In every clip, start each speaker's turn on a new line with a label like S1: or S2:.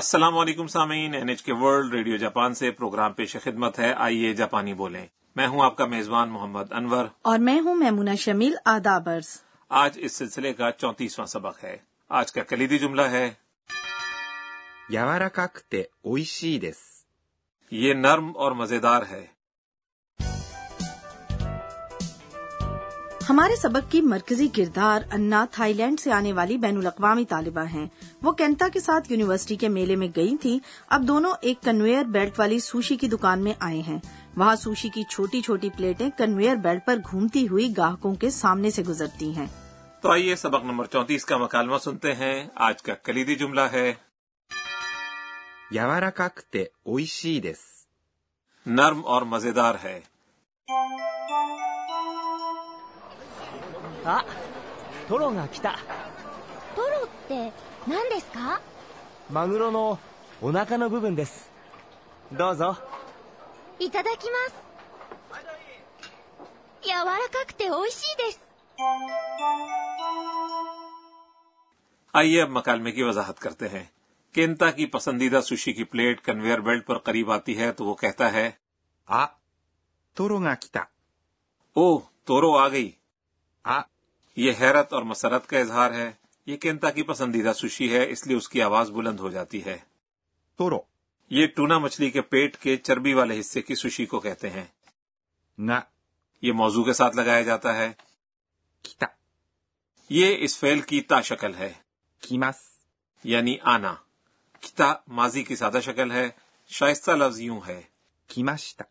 S1: السلام علیکم سامعین N H K world radio Japan سے پروگرام پیش خدمت ہے آئیے جاپانی بولیں میں ہوں آپ کا میزبان محمد انور
S2: اور میں ہوں میمونہ شمیل آدابرز
S1: آج اس سلسلے کا چونتیسواں سبق ہے آج کا کلیدی جملہ ہے
S3: 柔らかくて美味しいです。
S1: یہ نرم اور مزیدار ہے
S2: ہمارے سبق کی مرکزی کردار انا تھائی لینڈ سے آنے والی بین الاقوامی طالبہ ہیں وہ کینتا کے ساتھ یونیورسٹی کے میلے میں گئی تھی اب دونوں ایک کنویئر بیلٹ والی سوشی کی دکان میں آئے ہیں وہاں سوشی کی چھوٹی چھوٹی پلیٹیں کنویئر بیلٹ پر گھومتی ہوئی گاہکوں کے سامنے سے گزرتی ہیں
S1: تو آئیے سبق نمبر چونتیس کا مکالمہ سنتے ہیں آج کا کلیدی جملہ ہے
S3: 柔らかくて美味しいです。
S1: نرم اور مزیدار ہے
S4: あトロが来た
S5: トロって何ですか
S4: マグロのお腹の部分ですどうぞ
S5: いただきます柔らかくて美味しいです
S1: آئیے اب مکالمے کی وضاحت کرتے ہیں کینتا کی پسندیدہ سوشی کی پلیٹ کنویئر بیلٹ پر قریب آتی ہے تو وہ کہتا ہے
S3: あ、トロが来た。
S1: او تورو آ گئی
S3: あ、
S1: یہ حیرت اور مسرت کا اظہار ہے یہ کینتا کی پسندیدہ سوشی ہے اس لیے اس کی آواز بلند ہو جاتی ہے
S3: トロ、
S1: یہ ٹونا مچھلی کے پیٹ کے چربی والے حصے کی سوشی کو کہتے ہیں
S3: が、
S1: یہ موضوع کے ساتھ لگایا جاتا ہے
S3: 来た。
S1: یہ اس فعل کی تا شکل ہے
S3: 来ます。
S1: یعنی آنا کتا ماضی کی سادہ شکل ہے شائستہ لفظ یوں ہے
S3: 来ました。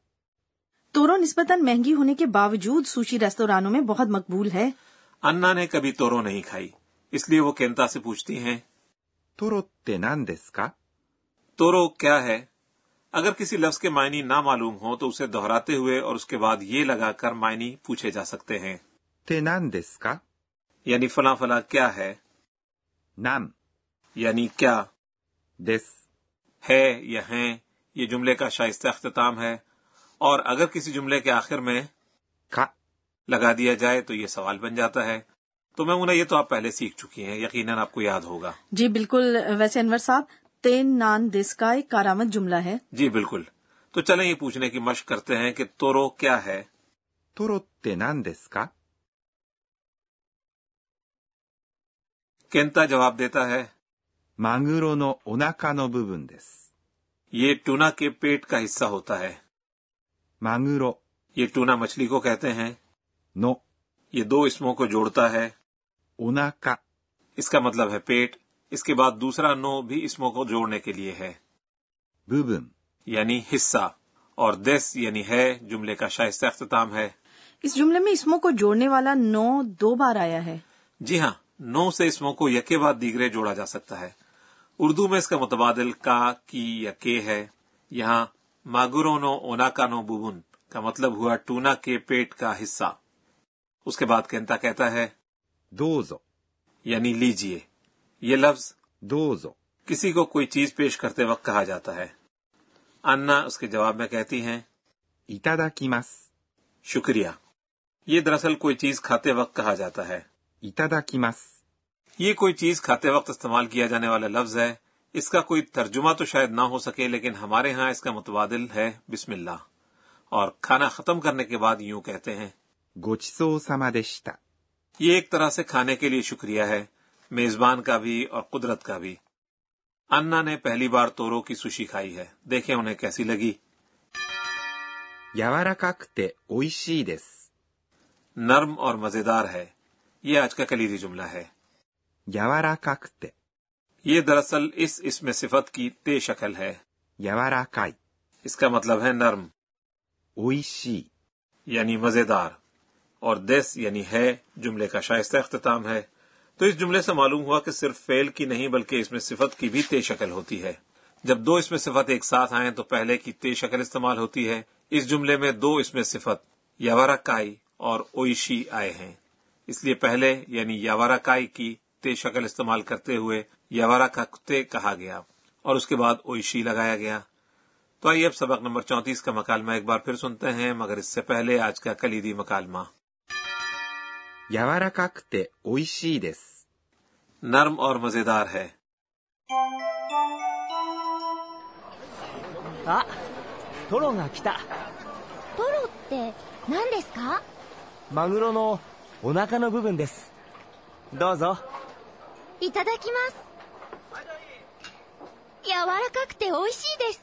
S2: تورو نسبتاً مہنگی ہونے کے باوجود سوشی ریستورانوں میں بہت مقبول ہے
S1: انا نے کبھی تورو نہیں کھائی اس لیے وہ کینتا سے پوچھتی ہیں
S3: トロって何ですか
S1: تورو کیا ہے اگر کسی لفظ کے معنی نہ معلوم ہو تو اسے دہراتے ہوئے اور اس کے بعد یہ لگا کر معنی پوچھے جا سکتے ہیں
S3: って何ですか
S1: یعنی فلاں فلاں کیا ہے
S3: なん、
S1: یعنی کیا
S3: です。
S1: ہے یا ہیں یہ جملے کا شائستہ اختتام ہے اور اگر کسی جملے کے آخر میں
S3: か、
S1: لگا دیا جائے تو یہ سوال بن جاتا ہے تو میں انہیں یہ تو آپ پہلے سیکھ چکی ہیں یقیناً آپ کو یاد ہوگا
S2: جی بالکل ویسے انور صاحب تین نان دس کا ایک کارآمد جملہ ہے
S1: جی بالکل تو چلیں یہ پوچھنے کی مشق کرتے ہیں کہ تورو کیا ہے
S3: トロって何ですか
S1: کینتا جواب دیتا ہے
S3: マグロのお腹の部分です。
S1: یہ ٹونا کے پیٹ کا حصہ ہوتا ہے
S3: マグロ
S1: یہ ٹونا مچھلی کو کہتے ہیں
S3: の
S1: یہ دو اسموں کو جوڑتا ہے
S3: お腹
S1: اس کا مطلب ہے پیٹ اس کے بعد دوسرا نو بھی اسموں کو جوڑنے کے لیے ہے
S3: 部分
S1: یعنی حصہ اور دس یعنی ہے جملے کا شائستہ اختتام ہے
S2: اس جملے میں اسموں کو جوڑنے والا نو دو بار آیا ہے
S1: جی ہاں نو سے اسموں کو یکے بعد دیگرے جوڑا جا سکتا ہے اردو میں اس کا متبادل کا کی یا کے ہے یہاں ماگورونو اوناکانو بوبن کا مطلب ہوا ٹونا کے پیٹ کا حصہ اس کے بعد کینتا کہتا ہے
S3: どうぞ、
S1: یعنی لیجئے یہ لفظ
S3: どうぞ、
S1: کسی کو کوئی چیز پیش کرتے وقت کہا جاتا ہے انا اس کے جواب میں کہتی ہیں
S3: いただきます。
S1: شکریہ یہ دراصل کوئی چیز کھاتے وقت کہا جاتا ہے
S3: いただきます。
S1: یہ کوئی چیز کھاتے وقت استعمال کیا جانے والا لفظ ہے اس کا کوئی ترجمہ تو شاید نہ ہو سکے لیکن ہمارے ہاں اس کا متبادل ہے بسم اللہ اور کھانا ختم کرنے کے بعد یوں کہتے ہیں
S3: ごちそうさまでした。
S1: یہ ایک طرح سے کھانے کے لیے شکریہ ہے میزبان کا بھی اور قدرت کا بھی انا نے پہلی بار تورو کی سوشی کھائی ہے دیکھیں انہیں کیسی لگی
S3: 柔らかくて美味しいです。
S1: نرم اور مزیدار ہے یہ آج کا کلیدی جملہ ہے
S3: 柔らかくて、
S1: یہ دراصل اس اسم صفت کی تے شکل ہے
S3: 柔らかい、
S1: اس کا مطلب ہے نرم
S3: 美味しい、
S1: یعنی مزیدار اور دس یعنی ہے جملے کا شائستہ اختتام ہے تو اس جملے سے معلوم ہوا کہ صرف فعل کی نہیں بلکہ اس میں صفت کی بھی تے شکل ہوتی ہے جب دو اس میں صفت ایک ساتھ آئیں تو پہلے کی تے شکل استعمال ہوتی ہے اس جملے میں دو اس میں صفت یاورا کائی اور اویشی آئے ہیں اس لیے پہلے یعنی یاورا کائی کی تے شکل استعمال کرتے ہوئے یاورا کا کتے کہا گیا اور اس کے بعد اویشی لگایا گیا تو آئیے اب سبق نمبر چونتیس کا مکالمہ ایک بار پھر سنتے ہیں مگر اس سے پہلے آج کا کلیدی مکالمہ
S3: 柔らかくて美味しいです。
S1: نرم اور مزیدار ہے
S4: あトロが来た
S5: トロって何ですか
S4: マグロのお腹の部分ですどうぞ
S5: いただきます柔らかくて美味しいです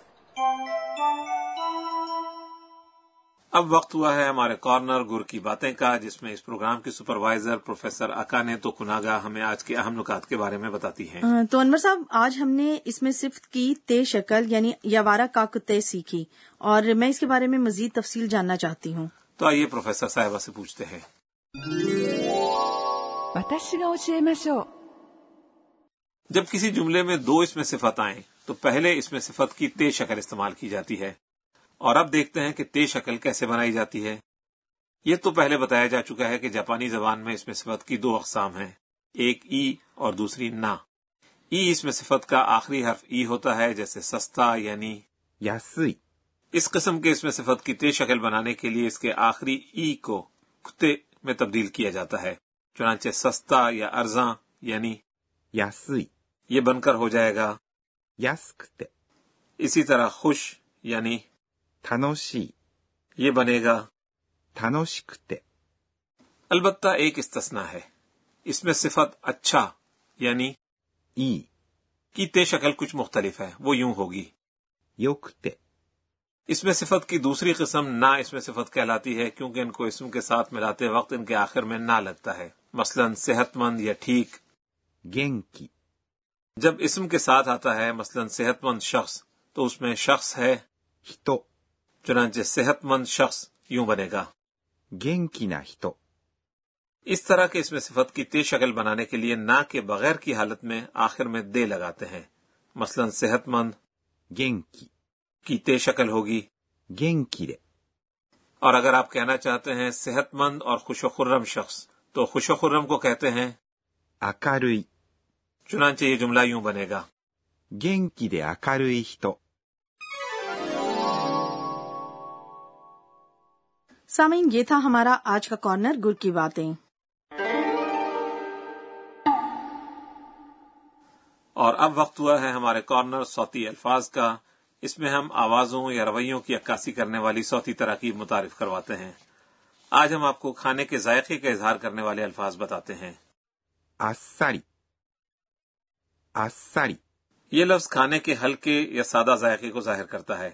S1: اب وقت ہوا ہے ہمارے کارنر گر کی باتیں کا جس میں اس پروگرام کی سپروائزر پروفیسر اکا نے تو کناگا ہمیں آج کے اہم نکات کے بارے میں بتاتی ہیں
S2: آ، تو انور صاحب آج ہم نے اس میں صفت کی تے شکل یعنی یوارا کاکتے سیکھی اور میں اس کے بارے میں مزید تفصیل جاننا چاہتی ہوں
S1: تو آئیے پروفیسر صاحبہ سے پوچھتے ہیں
S6: 私が教えましょう
S1: جب کسی جملے میں دو اس میں صفت آئیں تو پہلے اس میں صفت کی تے شکل استعمال کی جاتی ہے اور اب دیکھتے ہیں کہ تے شکل کیسے بنائی جاتی ہے یہ تو پہلے بتایا جا چکا ہے کہ جاپانی زبان میں اس میں صفت کی دو اقسام ہیں ایک ای اور دوسری نا ای اس میں صفت کا آخری حرف ای ہوتا ہے جیسے سستا یعنی
S3: 安い、
S1: اس قسم کے اس میں صفت کی تے شکل بنانے کے لیے اس کے آخری ای کو کتے میں تبدیل کیا جاتا ہے چنانچہ سستا یا ارزاں یعنی
S3: 安い、
S1: یہ بن کر ہو جائے گا
S3: 安くて、
S1: اسی طرح خوش یعنی
S3: 楽しい、
S1: یہ بنے گا
S3: 楽しくて、
S1: البتہ ایک استثنا ہے اس میں صفت اچھا یعنی
S3: いい、
S1: کی تے شکل کچھ مختلف ہے وہ یوں ہوگی
S3: 良くて、
S1: اس میں صفت کی دوسری قسم نا اس میں صفت کہلاتی ہے کیونکہ ان کو اسم کے ساتھ ملاتے وقت ان کے آخر میں نہ لگتا ہے مثلا صحت مند یا ٹھیک
S3: 元気、
S1: جب اسم کے ساتھ آتا ہے مثلا صحت مند شخص تو اس میں شخص ہے
S3: 人、
S1: چنانچہ صحت مند شخص یوں بنے گا
S3: 元気な人、
S1: اس طرح کے اس میں صفت کی تے شکل بنانے کے لیے نہ کے بغیر کی حالت میں آخر میں دے لگاتے ہیں مثلا صحت مند
S3: 元気、
S1: کی تے شکل ہوگی
S3: 元気で、
S1: اور اگر آپ کہنا چاہتے ہیں صحت مند اور خوش و خرم شخص تو خوش و خرم کو کہتے ہیں
S3: 明るい、
S1: چنانچہ یہ جملہ یوں بنے گا
S3: 元気で明るい人、
S2: سامعین یہ تھا ہمارا آج کا کارنر گر کی باتیں
S1: اور اب وقت ہوا ہے ہمارے کارنر صوتی الفاظ کا اس میں ہم آوازوں یا رویوں کی عکاسی کرنے والی صوتی تراکیب متعارف کرواتے ہیں آج ہم آپ کو کھانے کے ذائقے کا اظہار کرنے والے الفاظ بتاتے ہیں
S3: あっさり、あっさり、
S1: یہ لفظ کھانے کے ہلکے یا سادہ ذائقے کو ظاہر کرتا ہے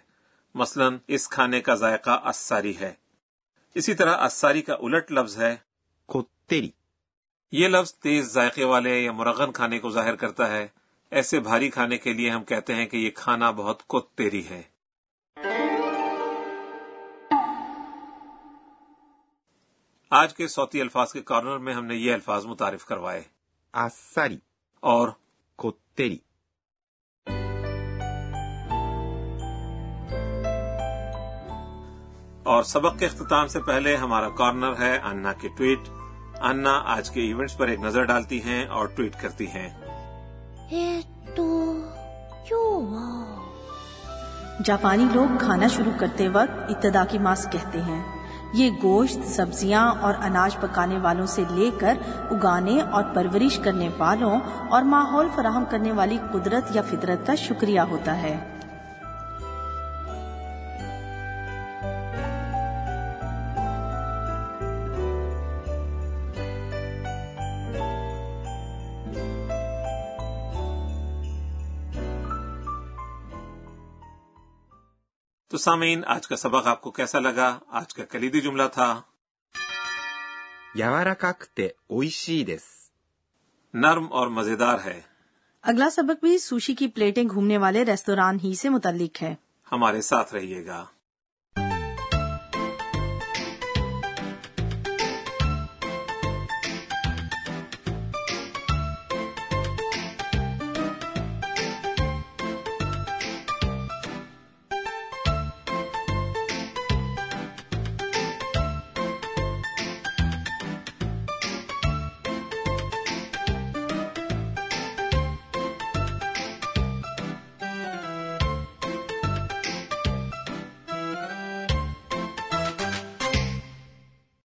S1: مثلا اس کھانے کا ذائقہ اساری ہے اسی طرح اساری کا الٹ لفظ ہے
S3: こってり、
S1: یہ لفظ تیز ذائقے والے یا مرغن کھانے کو ظاہر کرتا ہے ایسے بھاری کھانے کے لیے ہم کہتے ہیں کہ یہ کھانا بہت کت تیری ہے آج کے صوتی الفاظ کے کارنر میں ہم نے یہ الفاظ متعارف کروائے
S3: あっさり、
S1: اور
S3: こってり、
S1: اور سبق کے اختتام سے پہلے ہمارا کارنر ہے انا کی ٹویٹ انا آج کے ایونٹس پر ایک نظر ڈالتی ہیں اور ٹویٹ کرتی ہیں
S5: えーっと今日は
S2: جاپانی لوگ کھانا شروع کرتے وقت ابتدا کی ماس کہتے ہیں یہ گوشت سبزیاں اور اناج پکانے والوں سے لے کر اگانے اور پرورش کرنے والوں اور ماحول فراہم کرنے والی قدرت یا فطرت کا شکریہ ہوتا ہے
S1: تو سامعین آج کا سبق آپ کو کیسا لگا آج کا کلیدی جملہ تھا
S3: 柔らかくて美味しいです。
S1: نرم اور مزیدار ہے
S2: اگلا سبق بھی سوشی کی پلیٹیں گھومنے والے ریستوران ہی سے متعلق ہے
S1: ہمارے ساتھ رہیے گا